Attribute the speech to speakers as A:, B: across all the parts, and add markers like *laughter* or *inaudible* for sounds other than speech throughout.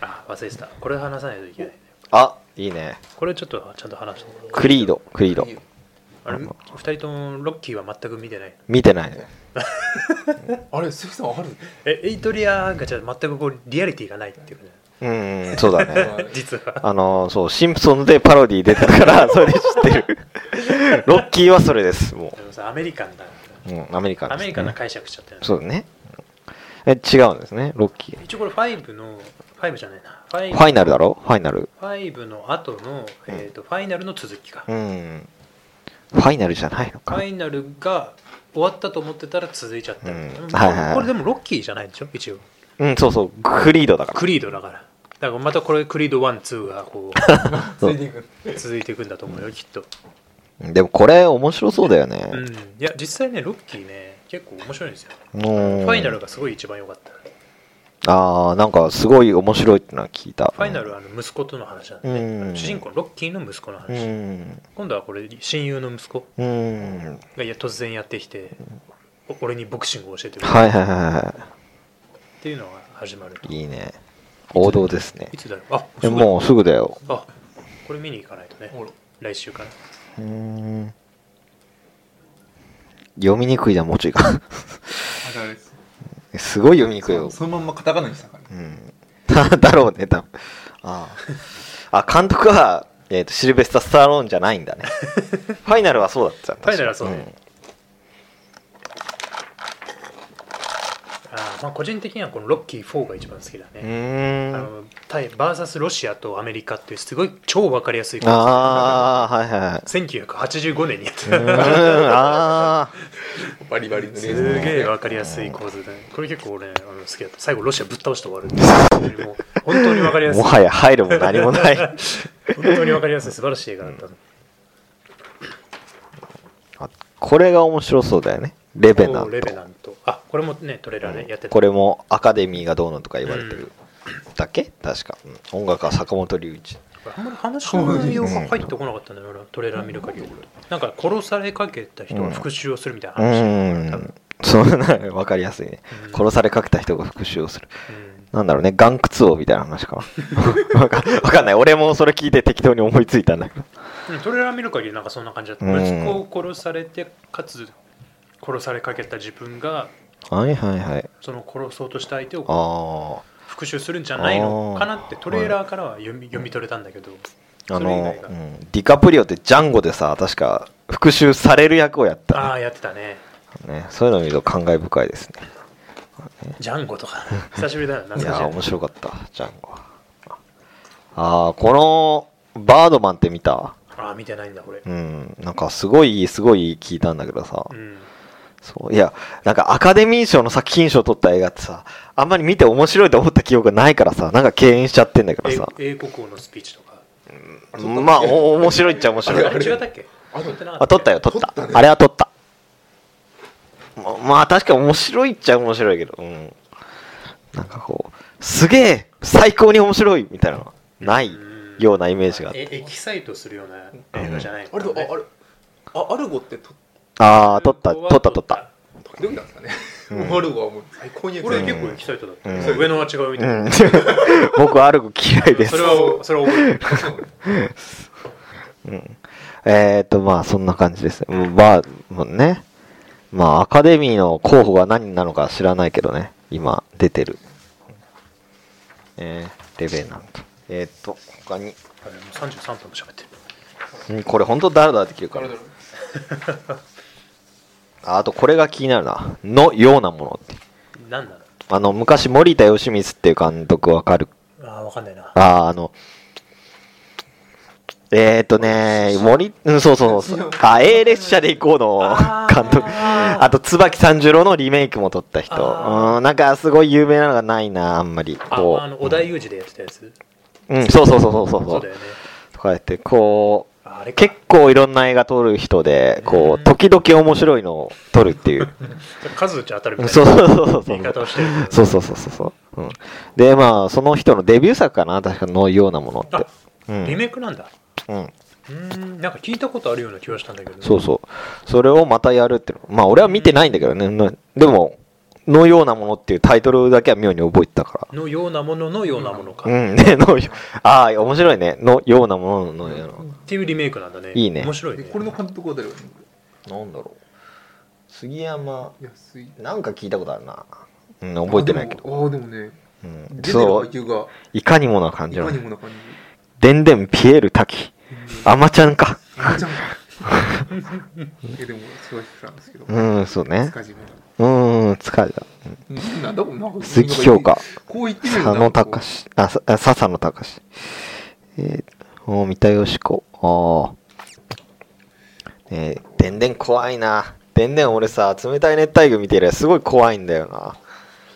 A: あ忘れてたこれ話さないといけない
B: あいいね
A: これちょっとちゃんと話しておこう
B: クリードクリード
A: あれ2人ともロッキーは全く見てない
B: 見てない
C: あれ鈴木さんわかる
A: えエイトリアがじゃあ全くこうリアリティがないっていうかね
B: うんそうだね *laughs*
A: 実は
B: あのそうシンプソンでパロディ出てた *laughs* からそれで知ってるロッキーはそれですも
A: でもさアメリカンだ
B: う、うん、アメリカン
A: ア
B: です、ね、
A: メリカンな解釈しちゃってる
B: そうだねえ違うんですねロッキー
A: 一応これ5の5じゃないな
B: ファイ
A: 5
B: ナルだろファイナル
A: 5の後の、えー、とファイナルの続きか、
B: うんファイナルじゃないの
A: フ
B: か
A: ァイナルが終わったと思ってたら続いちゃった、
B: うん
A: でも
B: はいはいはい
A: これでもロッキーじゃないでしょ一応
B: うんそうそうクリードだから
A: クリードだからだからまたこれクリード12がこ
C: ついていく
A: う続いていくんだと思うよきっと、
B: でもこれ面白そうだよね
A: う。ん、いや実際ねロッキーね結構面白いんですよ
B: フ
A: ファイナルがすごい一番良かった
B: ああ、なんかすごい面白いってのは聞いた。
A: ファイナルはあの息子との話なんで、ね
B: うん
A: 主人公のロッキーの息子の
B: う
A: 話、
B: ん。
A: 今度はこれ親友の息子
B: うん。
A: がいや突然やってきてお俺にボクシングを教えてくれる
B: はいはいはいは
A: っていうのが始まると
B: い。いいね。王道ですね
A: い。つだろうあ
B: え
A: すごい
B: もうすぐだよ。
A: あこれ見に行かないとね
C: ほら
A: 来週から
B: うん。読みにくいじゃん、もうちょいか。
C: あれあれです
B: *laughs* すごい読みにくいよ。
C: そのまんまカタカナにしたから
B: うん。 *laughs* だろうね、多分。ああ。あ、監督は、えーとシルベスタ・スタローンじゃないん *laughs* だね。ファイナルはそうだった。確
A: フ
B: か
A: ァイナルはそうねあーまあ個人的にはこのロッキー4が一番好きだ
B: う
A: ね、
B: ん。う
A: あ
B: ーん。
A: の対バーサスロシアとアメリカっていうすごい超わかりやすい
B: ああ、はいはいはい。
A: 1985年にやって
B: うーん
A: た
B: あ *laughs*
C: バリバリのレー
A: す
C: ス
A: げえわかりやすい構図でこれ結構俺、あの好きだった最後ロシアぶっ倒して終わるっていうもう本当にわかりや
B: ー
A: すい
B: もはや入るも何もない *laughs*
A: 本当にわかりやすい素晴らしい映画だった、
B: あこれが面白そうだよねレベナ
A: おーレ
B: ン
A: ベナントあこれもねトレーラーでやってた、
B: トこれもアカデミーがどうのとか言われてるだっけ確かうん音楽は坂本龍一
A: あんまり話の内容が入ってこなかったんだよな、トレーラー見る限りなんか殺されかけた人が復讐をするみたいな
B: う
A: 話、うん
B: ーんそうな分かりやすいね
A: うん
B: 殺されかけた人が復讐をするなんだろうね岩窟王みたいな話かな *laughs* わかわかんない俺もそれ聞いて適当に思いついたんだけど
A: うんトレーラー見る限りなんかそんな感じだった、
B: うん
A: 息子を殺されてかつ殺されかけた自分が
B: はいはいはい
A: その殺そうとした相手を
B: ああ
A: 復讐するんじゃないのかなって
B: あー
A: トレーラーからは読み読み取れたんだけど
B: あ
A: それ以
B: の
A: 外、が、
B: うんディカプリオってジャンゴでさ確か復讐される役をやったね
A: ああやってたね
B: ね、そういうのを見ると感慨深いですね。
A: ジャンゴと
B: *laughs*
A: か久しぶりだよない
B: やー、面
A: い
B: 白かった、ジャンゴは。ああ、この、バードマンって見た
A: ああ見てないんだこれ
B: うん、なんかすごい、すごい聞いたんだけどさ、
A: うん
B: そういや、なんかアカデミー賞の作品賞を取った映画ってさ、あんまり見て面白いと思った記憶がないからさ、なんか敬遠しちゃってんだけど
A: え
B: さ、
A: 英国王のスピーチとか
B: まあ、お面白いっちゃ面
A: あ
B: 白い
A: れ。あれ違ったっけ
C: あと
A: 撮ってなか
B: あ、
A: っけ
B: 撮ったよ、撮った。あれは撮った。ままあ、確か面白いっちゃ面白いけど、うん。なんかこう、すげえ最高に面白いみたいなのはない
A: うん
B: ようなイメージがあって。
A: えエキサイトするような映画じゃない
C: あれとああれあアルゴってと
B: ああ、撮った、撮った、撮った。
C: 時々なんですかね、
B: うん
C: アルゴはもう最高にやつ
A: 俺結構エキサイトだった、
B: うん
A: 上のは違うみ
B: う
A: たいな、
B: ん。 *laughs* 僕はアルゴ嫌いです
A: それ。はそれは覚えてる
B: えーと、まあ、そんな感じです。うんまあ、もうね。まあ、アカデミーの候補が何なのか知らないけどね。今、出てる。えー、レベナント。えーと、他に。
A: あれもう33分も喋ってる
B: うんこれ本当ダラダラできるか
C: あれ
B: ら
C: だろ
B: ああとこれが気になるな「のようなもの」って
A: 何なの
B: あの昔森田義満っていう監督わかる
A: ああ分かんないな
B: あああのえっ、ー、とね森うんそうそ
A: *laughs*
B: うそうあ A 列車で行こうの
A: あー
B: 監督あと椿三十郎のリメイクも撮った人
A: あー
B: うんなんかすごい有名なのがないなあんまり
A: あ
B: こう
A: あの織田裕二でやってたやつ、
B: うんそうそうそうそうそう
A: そ
B: そう
A: だ
B: う
A: よね
B: とかやってこう
A: ああれか
B: 結構いろんな映画撮る人でこ
A: うん
B: う時々面白いのを撮るっていう
A: 数打ち当たるみた
B: *laughs* そ
A: いうな
B: そうそうそう。
A: 言い方をしてるけど
B: *laughs* そうそうそうそうそう。うん、で、まあ、その人のデビュー作かな、確かのようなものって
A: あ。
B: う
A: リ
B: ん。
A: メイクなんだ
B: うん。
A: うーんなんか聞いたことあるような気はしたんだけどね、
B: そうそう。それをまたやるっていうの。まあ、俺は見てないんだけどね。なでも、のようなものっていうタイトルだけは妙に覚えてたから。
A: のようなもののようなものか、
B: うん、 *laughs* ね、のよ、ああ、面白いね。のようなもののような。
A: っていうリメイクなんだね
B: いいね
A: 面白いね
C: これの監督は誰がいるの
B: なんだろう。杉山、
C: 安い
B: なんか聞いたことあるな。うん、覚えてないけど。
C: どあでもね
B: うん
C: 出てる
B: そ
C: 配
B: う、
C: 球が
B: いかにもな感
C: い
B: じの
C: かに。もな感じ
B: でんでんピエール滝。 *laughs* あまちゃんか。
C: あちゃんかえでもすごい好きなんですけど
B: うん、そうね。
C: 塚地も
B: うーん、疲れた。
C: うんなんだこなんか
B: 鈴木京香、
C: こう言ってみる
B: 佐野隆、あ、さあ笹野隆。えー、おー三田佳子。ああ。えー、でんでん怖いな。でんでん俺さ、冷たい熱帯魚見てるすごい怖いんだよな。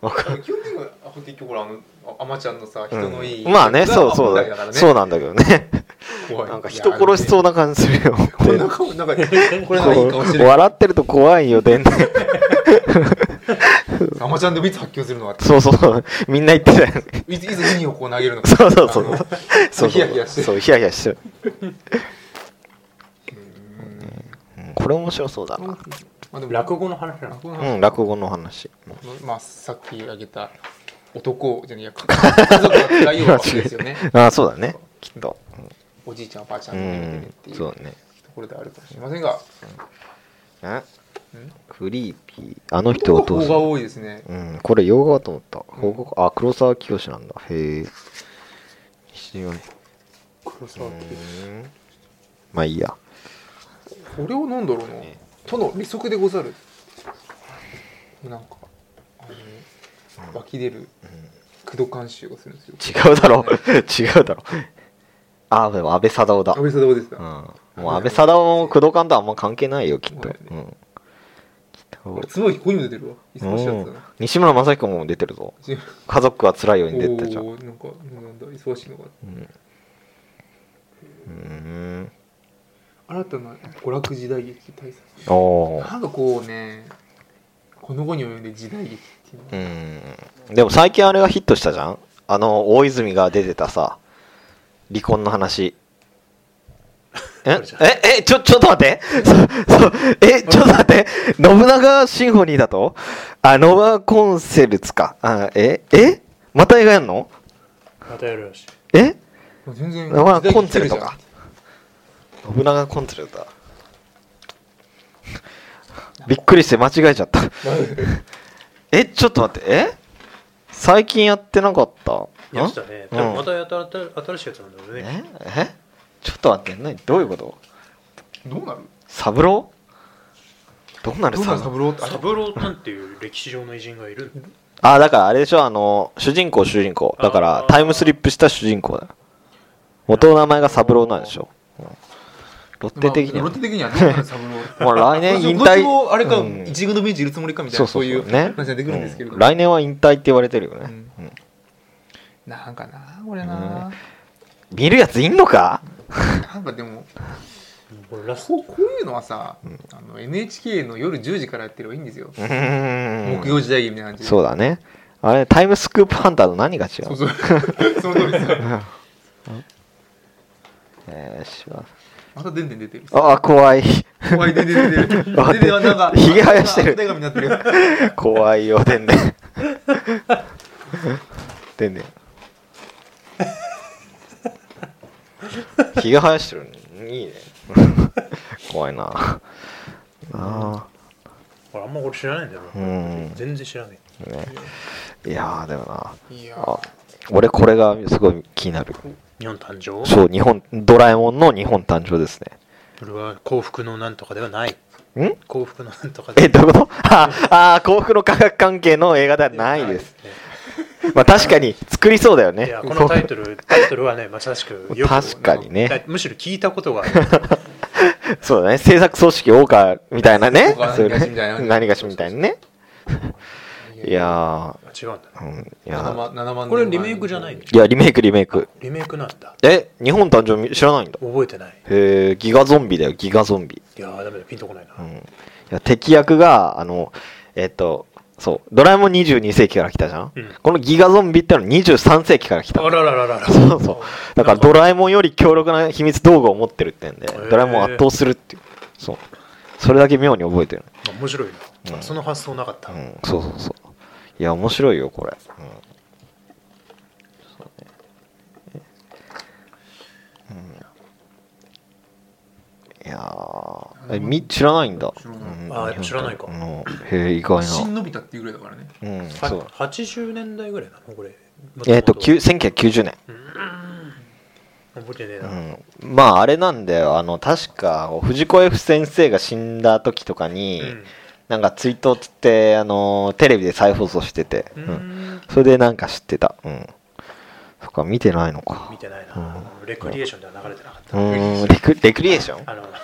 B: わかる
C: 基本的にはあ結局ほらあのああまちゃんのさ人のいい、
B: うんまあね、そうそう
C: だ
B: だ。そうなんだけど
C: *laughs*
B: ね。なんか人殺しそううな感じするよ。
C: これなんかなんかこれなんかいい顔してる
B: 笑ってると怖いよ、でんでん。
C: あまちゃんでもいつ発狂するのかって
B: そうそう。みんな言ってたよね。
C: いついつウニをこう投げるのか
B: そう *laughs* そうそう
C: あの。
B: そうそうそう
C: ヒヤヒヤしてる
B: そう、ヒヤヒヤしてる。
C: うん
B: うんこれ面白そうだな。
C: まあでも
A: 落語の話なの
C: 落語
B: う
C: の
B: ん、落語の話。
C: まあさっき挙げた男じゃねえや家族が辛いような話です
B: *laughs*
C: よね
B: ああ、そうだね。きっと。
C: おじいちゃんおばあちゃ
B: うん
C: に見てるっ
B: ん
C: て、いう
B: そう
C: と
B: だね。
C: ころではあるかもしれませんが
B: あ
C: うん
B: クリーピー。あの人お父
C: 男の
B: さ
C: 方が
B: ん。
C: 多いですね
B: うん、これ洋画かと思った。邦画かあ、黒沢清なんだ。へえ。知りません
C: 黒沢清
B: うんまあいいや。
C: これをなんだろうな
B: ね
C: との利息でござるなんかあの湧き出る駆動監修がするんですよ
B: 違うだろう。 *laughs* 違うだろう。あ、でも安倍貞夫だ。
C: 安倍貞夫です
B: うん
C: か、。
B: もう安倍貞夫も工藤官とあんま関係ないよ、きっと。
C: そううだよ
B: ん。きっと
C: 俺つまりここにも出てるわいつもしやつだ
B: うん
C: な
B: 西村雅彦も出てるぞ。家族は辛いように出てたじゃん。
C: おーなんかなんだ忙しいのが
B: うんうん。
C: 新たな娯楽時代劇大作
B: おおー。
C: なんかこうねこの後に及んで時代劇っていうの
B: う
C: は
B: ん。でも最近あれがヒットしたじゃんあの、大泉が出てたさ、離婚の話。え
A: れじゃ
B: ええちょ、ちょっと待ってそそうえ、ちょっと待って信長シンフォニーだとあ、信長コンセルツか。あええまた映画やんの
A: またやるらしい
B: え
C: もう全然
B: まあ
C: 時代
B: コン
C: 劇
B: セ
C: 来
B: ル
C: るじ
B: ト
C: ゃん
B: か信長コンセルトだびっくりして間違えちゃったえちょっと待ってえ最近やってなかった
A: やってたね
B: うん
A: でもまたやたた新しいやつなんだよ
B: え
A: ね
B: えちょっと待って何どういうこと
C: どうなる
B: サブローどうなる
C: どう
B: サ
C: な
B: ブ
C: る
B: ロ
C: サ
B: ー
C: ブローっ
A: サブロ
C: てあ
A: ータンっていう歴史上の偉人がいる
B: あだからあれでしょあの主人公主人公だから
A: あー
B: タイムスリップした主人公だよ元の名前がサブローなんでしょ、うんロッテ的に
C: ま
B: は
C: あロッテ的にはどうなるサブロー
B: もう来年引退
C: どっちもあれか
B: うん
C: 一軍のベンチいるつもりかみたい
B: そう
C: な
B: そ
C: そううい
B: そううね
C: 話が出てくるんですけれど
B: うん来年は引退って言われてるよね、
C: うん
B: うん
C: なんかなこれな
B: 見るやついんのか
C: なんかでも
A: これラス
C: こうこういうのはさあの NHK の夜10時からやってればいいんですよ木
B: 木
C: 曜時代劇みたいな感じで
B: そうだねあれタイムスクープハンターと何が違う
C: そうそうその通りです
B: えーしわ
C: またでんでん出てる
B: あー怖い
C: 怖いでんでん出てるでんでんはなんか
B: ひげ生やしてる
C: お手紙になってる
B: 怖いよでんでんでんでんひげ生やしてるねいいね怖いなああ
A: 俺あんま俺知らないんだよ
B: う
A: な、
B: ん
A: 全然知らない
B: いやーでもない
C: や
B: あ俺これがすごい気になる
A: 日本誕生
B: そう日本ドラえもんの日本誕生です
A: それは幸福のなんとかではない
B: ねん
A: 幸福のなんとかで
B: えどういうことああー幸福の科学関係の映画ではないですまあ確かに作りそうだよ
A: い
B: ね
A: やこのタイトルタイトルはねまさしくよく
B: 確かにね
A: むしろ聞いたことがある
B: そうだね制作組織大川みたいなね
C: そうか
B: そうね
C: 何がしみたいな
B: 何がしみたいなねいや
A: あ違うんだね
B: ー、うん、いや
C: 7
B: ー
C: 万7万
A: これリメイクじゃないの
B: いやリメイクリメイク
A: リメイクなんだ
B: え日本誕生日知らないんだ
A: 覚えてない
B: へえギガゾンビだよギガゾンビ
A: いやーダメだピンとこないな、
B: うん、いや敵役があのえっとそうドラえもん22世紀から来たじゃん、
A: うん
B: このギガゾンビってのは23世紀から来た
A: あららららら
B: そうそうだからドラえもんより強力な秘密道具を持ってるってんで
A: ー
B: ドラえもんを圧倒するっていうそうそれだけ妙に覚えてる、
A: 面白いな、
B: うん
A: その発想なかった、
B: うん、そうそうそういや面白いよこれ、うんそうねうんいやーえみ知らないんだ
C: 知らない
B: うん
A: あーやっぱ知らないか
B: うんへえ意外
C: 新
B: な
C: のび太っていうぐらいだからね
B: うん
A: は
B: そう
A: 80年代ぐらいなのこれ
B: えっ、ときゅ
A: 9
B: 1990年
A: 覚えてねえな、
B: うん、まああれなんだよあの確か藤子 F 先生が死んだ時とかに、なんか追悼っつってあのテレビで再放送してて、
A: う
B: うんん
A: うん
B: それでなんか知ってたうんそっか見てないのか
A: 見てないな、レクリエーションでは流れてなかっ
B: う
A: た、
B: ーんレクレクリエーション
A: あのなんだっ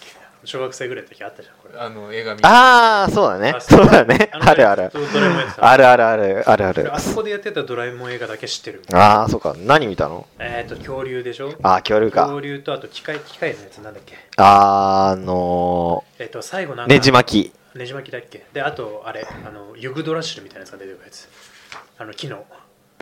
A: け小学生ぐらいの時あったじゃんこれ
C: あの映画見
B: ああそうだね
A: あそう
B: そうだね
A: あの
B: あるある
A: ドドラえもんやってた
B: あるあるあるあるあ
A: で
B: る
A: あそこでやってたドラえもん映画だけ知ってる
B: ああそうか何見たの
A: えっ、と恐竜でしょ
B: ああ恐竜
A: 恐
B: か
A: 竜とあと機械機械のやつなんだっけ
B: あーあの
A: えっ、と最後なん
B: ー、
A: か
B: ねじ巻き
A: ねじ巻きだっけであとあれあのユグドラシルみたいなやつが出てくるやつあの木の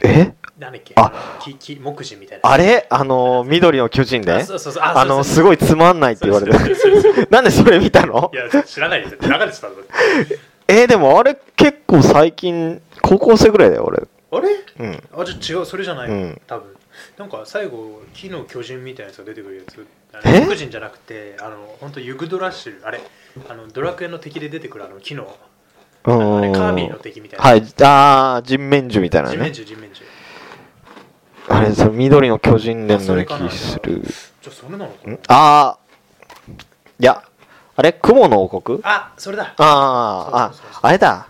B: え
A: なんだっけ
B: あ
A: 木木木地みたいな
B: あれあのー、緑の巨人
A: あ
B: で
A: そうそうそう
B: あの
A: そう
B: すごいつまんないって言われ
A: そう
B: て
A: そうそうそう
B: *laughs* なんでそれ見たの
A: いや知らないですよ流れてたの
B: えーでもあれ結構最近高校生ぐらいだよ俺
A: あれ
B: うん
A: あじゃあ違うそれじゃない、
B: うん
A: 多分なんか最後木の巨人みたいなやつが出てくるやつあ
B: え
A: の巨人じゃなくてあの本当ユグドラシルあれあのドラクエの敵で出てくるあの木の
B: う
A: あのあれ
B: ん
A: カービィの敵みたいな、
B: はいああ人面獣みたいな
A: 人面
B: ね
A: 獣人面獣
B: あれそれ緑の巨人伝
A: そ
B: の
A: れ
B: 歴
A: かな
B: 史する
A: じゃあそれなのかな
B: ああーいやあれ雲の王国あ
A: あそれだ
B: ーあ
A: そうそうそう
B: あれだ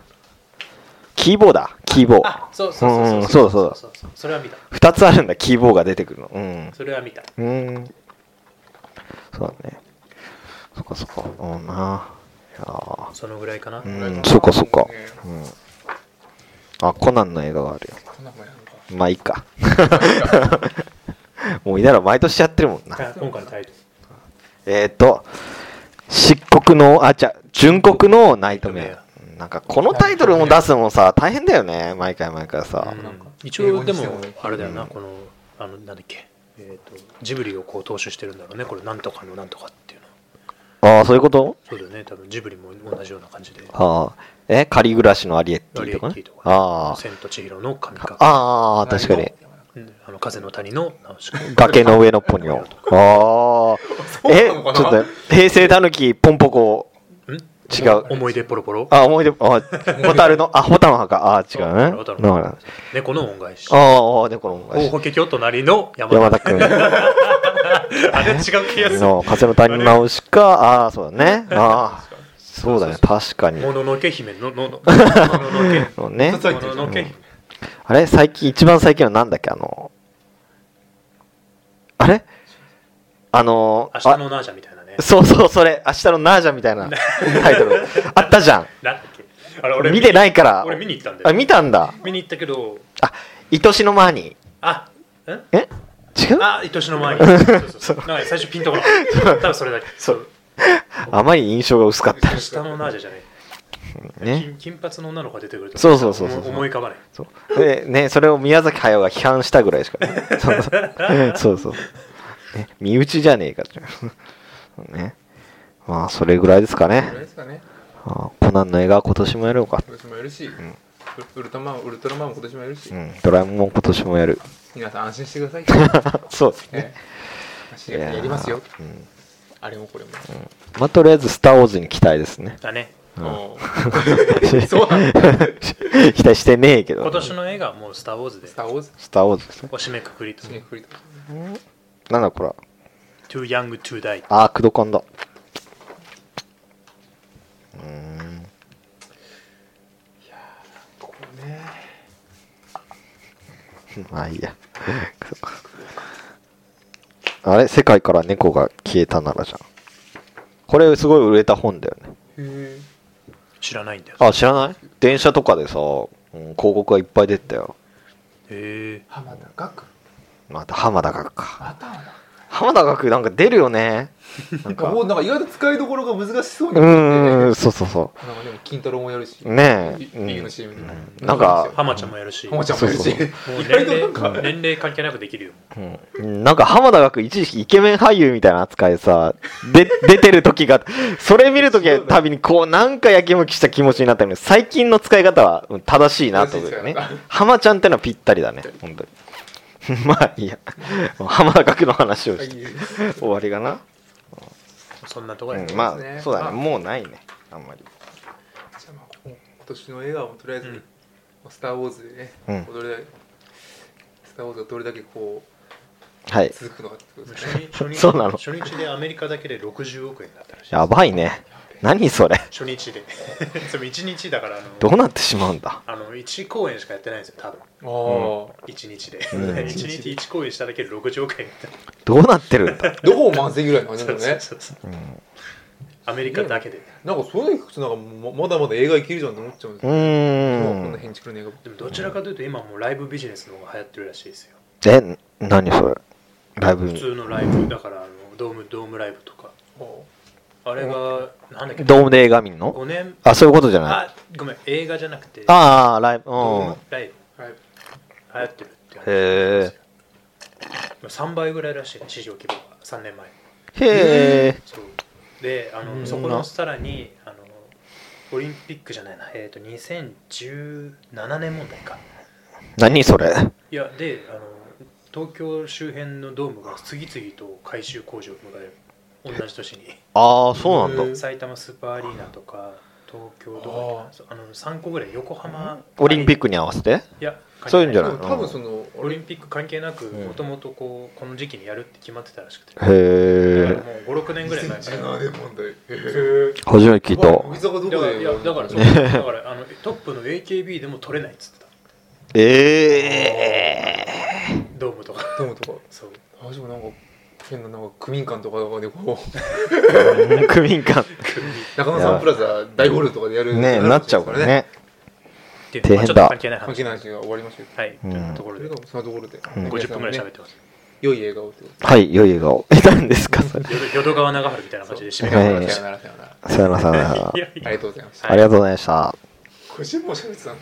B: キーボーだキーボー
A: あそうそうそう
B: うんそうそう
A: そうそうそれは見た
B: 2つあるんだキーボーが出てくるのうん
A: それは見た
B: うーん。そうだね。そっかそっか。うんな。いやー
A: そのぐらいかな、
B: うん、そっかそっか。うん。あ、コナンの映画があるよ。
C: こんなもんやるのか
B: まあいいか。 *laughs* もういいだろ、毎年やってるもんな。
A: あ今回のタイト
B: えっ、ー、と、漆黒の、あ、じゃ純国のナイトメア。うんなんかこのタイトルも出すのもさ、大変だよね。毎回毎回さ。
A: ル、
C: なんか
A: うん一応で
C: 英語
A: も
C: にしても
A: あれだよな、このあのなんだっけえっ、とジブリをこう踏襲してるんだろうねこれなんとかのなんとかっていうの
B: ああ、そういうこと
A: そうだよね多分ジブリも同じような感じで
B: ああ。え、仮暮らしのアリエッテ
A: アリエ
B: ィとか
A: ッティ
B: ね
A: と。か、
B: ああ。
A: 千と千尋の神隠
B: ああ、確かに。
A: うんあの風の谷のナウシカ
B: 崖の上のポ
A: *laughs*
B: ニョ。ああ。え、ち
C: なの
B: ょ
C: か
B: っ
C: な
B: とね、平成たぬきポンポコ。
A: ん
B: 違う。
A: 思い出ポロポロ
B: あ、思い出、あ、ホタルの、あ、ホタの墓。あ、違うね。
A: ホタル
B: な
A: の
B: るほ
A: 墓
B: ど
A: 猫の恩返し
B: ああ、で、この恩
A: 大
B: 返し
A: 法華経隣の山
B: 山田君
A: あれ違う気がする
B: の風の谷直しか、ああー、そうだ
A: *laughs*
B: ね。ああ、そうだね、確かに。
A: もののけ姫のののもののけ
B: そうね
C: 二。つ入っ
A: もの
C: てるじゃん
A: のけ姫
B: あれ最近、一番最近のなんだっけあの、あれあの、
A: 明日のナージャみたいなね
B: あそうそう、それ、明日のナージャみた
A: *laughs*
B: いなタイトル。あったじゃん。
A: なんだっけあれ俺
B: 見てないから
A: 俺見に行ったんだ
B: あ、
A: よ
B: 見たんだ。
A: 見に行ったけど
B: あ、愛しのマーニー。
A: あん
B: え違うあ
A: あ愛しの前に
B: *laughs*
A: そうそうそうなんか最初ピンとこなかった多分それだけそう
B: まり印象が薄かった。
A: 明日のナージャじゃない
B: ね。
A: 金金髪の女の子が出てくると
B: そうそうそうそう
A: 思い思い浮かばない
B: そうでね、それを宮崎駿が批判したぐらいしか、ね、 *laughs* そうそうそうそう、ね。身内じゃねえかっていう。ね。まあ、それぐらいですか
C: これ
B: ね。
C: ですかね
B: あコナンの映画は今年もやろうか。
C: 今年もやるし、ウルトラマンウルトラマンも今年もやるし、
B: うん。ドラえもんも今年もやる。 *laughs*
C: 皆さん安心してください、
B: そうですね。
C: ええ、ややりますよ
B: うん
C: あれもこれも、
B: まあ、とりあえず、スター・ウォーズに期待ですね。
A: だね
C: おー
B: そうなんだ。 *laughs* 期待してねえけど。
A: 今年の映画はもう「スター・ウォーズ」で
C: スター・ウォーズ
B: スター・ウォーズですね。
A: お締めくくりと
C: 締めくくりと
B: なんだこれ。
A: 「Too Young to Die
B: あー、クドコンだ。うーん。
C: ここね
B: まあいいや。 *laughs* クドコンあれ世界から猫が消えたならじゃん。これすごい売れた本だよね。
C: へ」
A: 知らないんだよ
B: あ、知らない電車とかでさ、うん広告がいっぱい出てたよ。
A: へえ
C: え浜田岳
B: また浜田学か。
C: またはな
B: 浜田学なんか出るよねなん *laughs* か
C: もうなんか意外と使いどころが難しそうに
B: う
C: 見えて
B: んうんそうそうそ
C: なんかでも金太郎もやるし、
B: うねえ
C: リ
B: うん
C: リーグの CM でも、
B: うんなんか
A: 浜ちゃんもやるし
C: 浜ちゃんもやるし、
B: そうそう
A: もう
C: 意
A: 年
C: 外となんか、
A: 齢年齢関係なくできるよ
B: うんなんか浜田学一時期イケメン俳優みたいな扱いでさで出てる時がそれ見る時たびにこうなんかやきもきした気持ちになったのに最近の使い方はうん正しいなと思うよね
C: 正しい使い方
B: 浜ちゃんってのはぴったりだね本当に *laughs* まあいいや浜田学の話をして終わりかな、
A: そんなとこ
B: う
A: やね
B: ん、
C: そう
B: ま
C: ですね
B: あそうだね
C: まあ
B: もうないねあんまり
C: じゃあまあもう今年の映画はもうとりあえず、
A: うん
C: スター・ウォーズでね、
B: うん
C: どれだけスター・ウォーズがどれだけこ
B: はいう
C: 続くのかってことですね
A: 初日初日
B: そうなの
A: 初日でアメリカだけで60億円だったらしい
B: やばいね何それ
A: 初日で *laughs* その1日だからあの
B: どうなってしまうんだ
A: あの1公演しかやってないんですよ多分
C: ああ、
A: 1日で、
B: うん
A: *laughs* 1日1公演しただけで60億円
B: どうなってるん *laughs* だ、
C: どこも満席ぐらいの感じ
A: そ
C: だ
A: う
C: よ
A: そうそ
C: ね
A: うそう
B: うん
A: アメリカだけで
C: なんかそういうの聞くとなんかもうまだまだ映画いけるじゃんって思っちゃうんです
B: う
C: よ、もうこ
B: ー
C: んなん変築の映画ばっか
A: でもどちらかというと今もうライブビジネスの方が流行ってるらしいですよ
B: え何それライブ
A: 普通のライブだからあのドームドームライブとかあれがなんだっけ
B: ドームで映画見んの
A: 5年
B: あそういうことじゃない
A: あごめん映画じゃなくて
B: ああライブうん
A: ドームライブ
C: はい
A: 流行ってるって話
B: へ
A: 3倍ぐらいらしいね市場規模が3年前
B: えへえ
A: そうであ
C: う
A: の
C: ん
A: そこのさらにあのオリンピックじゃないな、えー、と2017年問題か
B: 何それ
A: いやであの東京周辺のドームが次々と改修工事を迎える同じ年に
B: ああそうなんだ
C: へえ
A: 埼玉スーパーアリーナとか東京とかそうあの3個ぐらい横浜
B: オリンピッ
A: ク
B: クに合わせて
A: いや
B: そういうんじゃ
C: で
B: ない
C: も多分その
A: オリンピック関係なく
B: うん
A: もともとこうこの時期にやるって決まってたらしくてだ
B: へ
A: か
B: え
A: らもう56年ぐらい前から
C: 2017年問題へえ
B: 初めて聞い
C: 乃木
B: た
C: 坂どこ
A: だから
C: で
A: いやだから
B: *laughs*
A: そう
B: ね
A: だからあのトップの AKB でも取れないっつってた
B: ええ
A: ドームとか
C: ドームとか
A: そう
C: あでもなんか変ななんか区民館とかで
B: *laughs*
C: こう
B: 区民館
C: 中野サンプラザ大ホールとかでやる
B: ねなっちゃうからね
A: っていうのはまあちょっと関係ない
C: 関
A: 話
C: 係ない話が終わりましたけど
A: はい、
B: うん
A: というとこ
C: そ
A: ろ
C: れ
A: で
C: でもそのところで、
B: ん
A: 50分ぐらい喋っててます
C: 良い映画をってこ
B: はい良い笑顔いたんですかそれ
A: 淀淀川長春みたいな感じで締め
C: と
A: が
B: は
A: 終
B: い
A: わりまし
C: さ
A: た
C: よならさよなら
B: さよならさよなら
A: いやいや
C: ありがとうございました
B: ありがとうございました
C: 50も喋ってたの